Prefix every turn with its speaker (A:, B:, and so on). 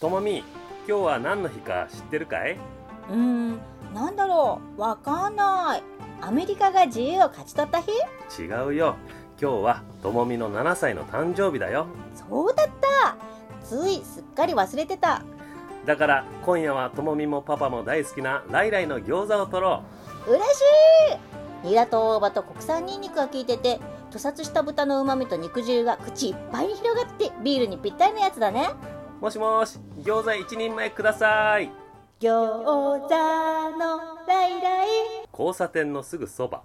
A: ともみ今日は何の日か知ってるかいう
B: ーん、なんだろう、わかんない。アメリカが自由を勝ち取った日
A: 違うよ今日はともみの7歳の誕生日だよ
B: そうだった。ついすっかり忘れてた。
A: だから今夜はともみもパパも大好きなライライの餃子を取ろ
B: 嬉しいニラと大葉と国産ニンニクが効いてて、屠殺した豚の旨味と肉汁が口いっぱいに広がってビールにぴったりのやつだね。
A: うもしもし餃子1人前ください
B: 餃子のライライ。
A: 交差点のすぐそば